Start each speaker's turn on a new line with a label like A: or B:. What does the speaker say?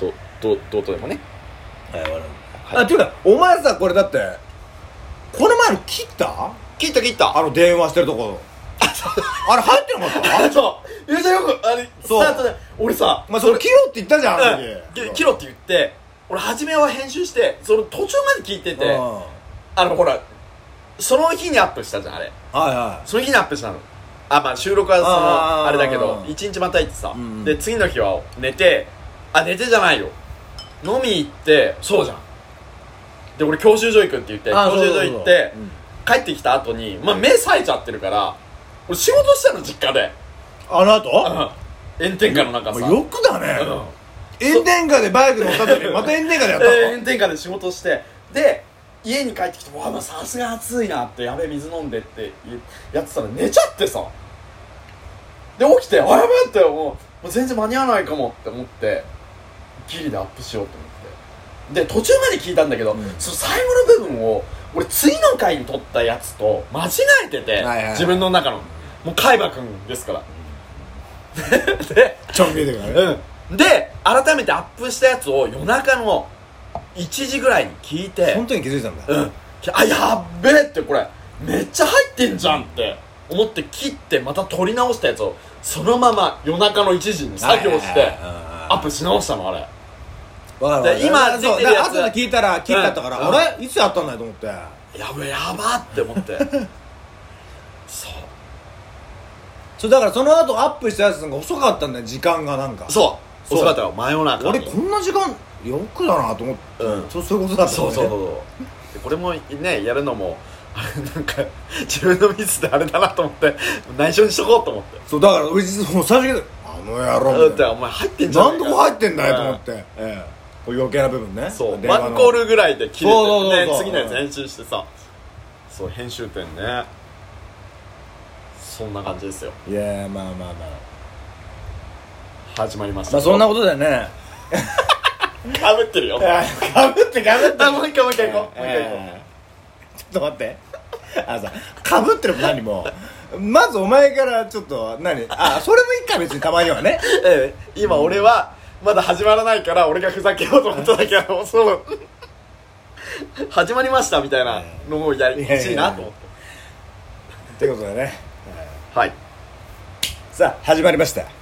A: どどどうとでもね
B: 謝る
A: は
B: あていうかお前さこれだってこの前の切った
A: 切った切った
B: あの電話してると こあれ入ってなかっ
A: あ
B: た
A: そうゆうちゃんよくあれスタ
B: そう
A: ートで俺さ
B: まあそれ切ろうって言ったじゃんあの
A: うん
B: 時
A: き切ろうって言って俺初めは編集してその途中まで聞いて
B: うん
A: て
B: は
A: あのほらその日にアップしたじゃんあれ
B: いは
A: その日にアップしたのあまあ収録はその
B: あ
A: あ
B: ー
A: れだけど1日また行ってさ、
B: うん
A: で次の日は寝てあ寝てじゃないよ飲み行ってそうじゃんで俺教習所行くって言って
B: いあ
A: 教習所行って
B: そうそうそううん
A: 帰ってきた後にまあ目冴えちゃってるから俺仕事したの実家で
B: あの後
A: うん炎天下の中さ
B: まあよくだ
A: うん
B: ね炎天下でバイク乗った時にまた炎天下でやったの
A: えー炎天下で仕事してで家に帰ってきて「わあまあさすが暑いな」って「やべえ水飲んで」ってやってたら寝ちゃってさで起きて「あやべえ」ってもうもう全然間に合わないかもって思ってギリでアップしようと思ってで途中まで聞いたんだけど、
B: うん
A: その最後の部分を俺次の回に撮ったやつと間違えてて、
B: いはいはい
A: 自分の中のもう海馬くんですから、 で
B: ちょん切れてからね
A: うん、で改めてアップしたやつを夜中の1時ぐらいに聞いて
B: 本当に気づいたんだ
A: うんあやっべえってこれめっちゃ入ってんじゃんって思って切ってまた撮り直したやつをそのまま夜中の1時に作業してア
B: ア
A: ップし直したのあれ
B: わかるわかる
A: で今
B: そう
A: 出てるやつ
B: だ後で聞いたら切ったったから、
A: うん
B: あれいつやったんだよと思って
A: やべえやばって思って そう
B: そうだからその後アップしたやつの方が遅かったんだよ時間がなんか
A: そう
B: そう
A: 遅かったよ真夜中に
B: 俺こんな時間よくだなと思って、
A: うん
B: そうそういうことだった
A: そ
B: ん
A: う
B: だ
A: そうそう
B: よね
A: そうでこれもねやるのもあれなんか自分のミスであれだなと思って内緒にしとこうと思って
B: そうだから俺実はもう最初にあの野郎
A: だっ
B: み
A: て
B: たい
A: お前入ってんじ
B: な
A: ゃ
B: なんでここ入ってんだよと思
A: 思
B: っ。て、ええこう余計な部分ね
A: そう
B: 電話の
A: ワンコールぐらいで切れ
B: そうそうそ
A: て
B: う
A: で
B: そう
A: 次のやつ編集してさそう編集点ねそんな感じですよ
B: いやまあまあまあ
A: 始まりました
B: まあそんなことだ よね
A: かぶってるよあ
B: かぶってかぶって
A: もう一回もう一回行こうもう一回行こ
B: えーちょっと待ってあのさかぶってるも何もまずお前からちょっと何あそれもいいか別にたまにはね
A: うええ今俺はまだ始まらないから俺がふざけようと思っただけなのそう 始まりましたみたいなのをやり欲しいなと思って
B: ってことだね
A: はい
B: さあ始まりました